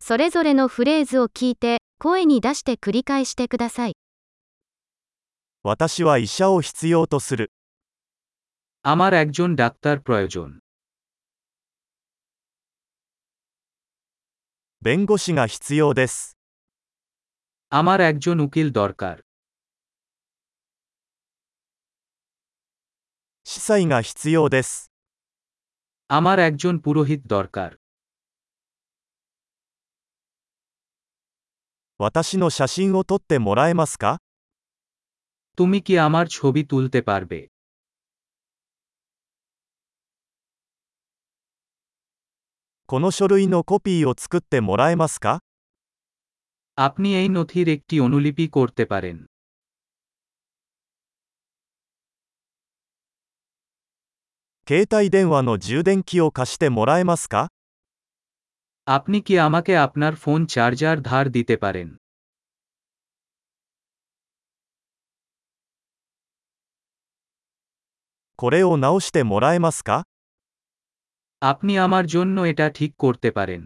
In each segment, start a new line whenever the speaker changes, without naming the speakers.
それぞれのフレーズを聞いて、声に出して繰り返してください。
私は医者を必要とする。
আমার একজন ডাক্তার প্রয়োজন
弁護士が必要です。
আমার একজন উকিল দরকার
司祭が必要です。
আমার একজন পুরোহিত দরকার
私の写真を撮ってもらえますか
তুমি কি আমার ছবি তুলতে পারবে
この書類のコピーを作ってもらえますか
আপনি এই নথির একটি অনুলিপি করতে পারেন
携帯電話の充電器を貸してもらえますか
আপনি কি আমাকে আপনার ফোন চার্জার ধার দিতে পারেন
これを直してもらえますか
আপনি আমার জন্য এটা ঠিক করতে পারেন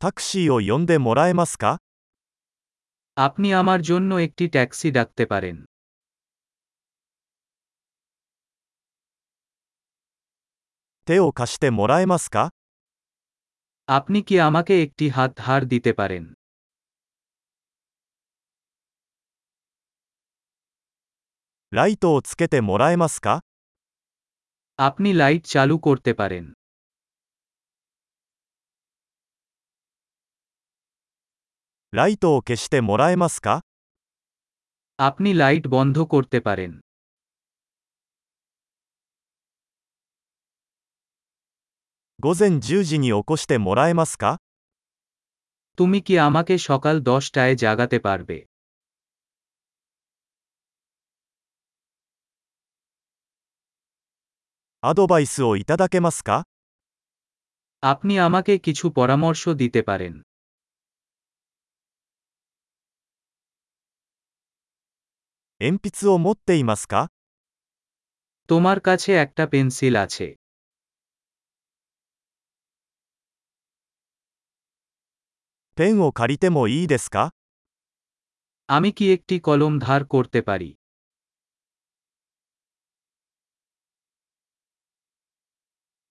タクシーを呼んでもらえますか
আপনি আমার জন্য একটি ট্যাক্সি ডাকতে পারেন
手を貸してもらえますか
আপনি কি আমাকে একটি হাত ধার দিতে পারেন
ライトをつけてもらえますか
আপনি লাইট চালু করতে পারেন
ライトを消してもらえますか
আপনি লাইট বন্ধ করতে পারেন
午前10時に起こしてもらえますか
তুমি কি আমাকে সকাল দশটায় জাগাতে পারবে
アドバイスをいただけますか
আপনি আমাকে কিছু পরামর্শ দিতে পারেন
鉛筆を持っていますか
তোমার কাছে একটা পেন্সিল আছে
ペンを借りてもいいですか
আমি কি একটি কলম ধার করতে পারি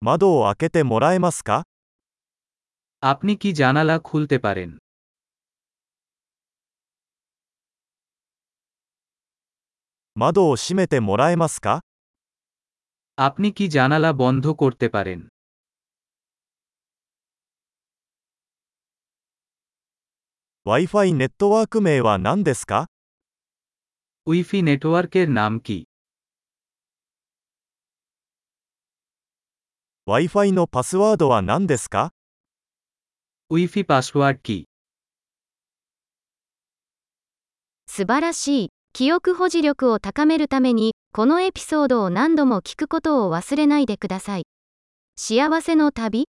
窓を開けてもらえますか
আপনি কি জানালা খুলতে পারেন
窓を閉めてもらえますか
আপনি কি জানালা বন্ধ করতে পারেন
？Wi-Fi ネットワーク名は何ですか
উইফি নেটওয়ার্কের নাম কি
?Wi-Fi のパスワードは何ですか
উইফি পাসওয়ার্ড কি
素晴らしい。記憶保持力を高めるために、このエピソードを何度も聞くことを忘れないでください。幸せの旅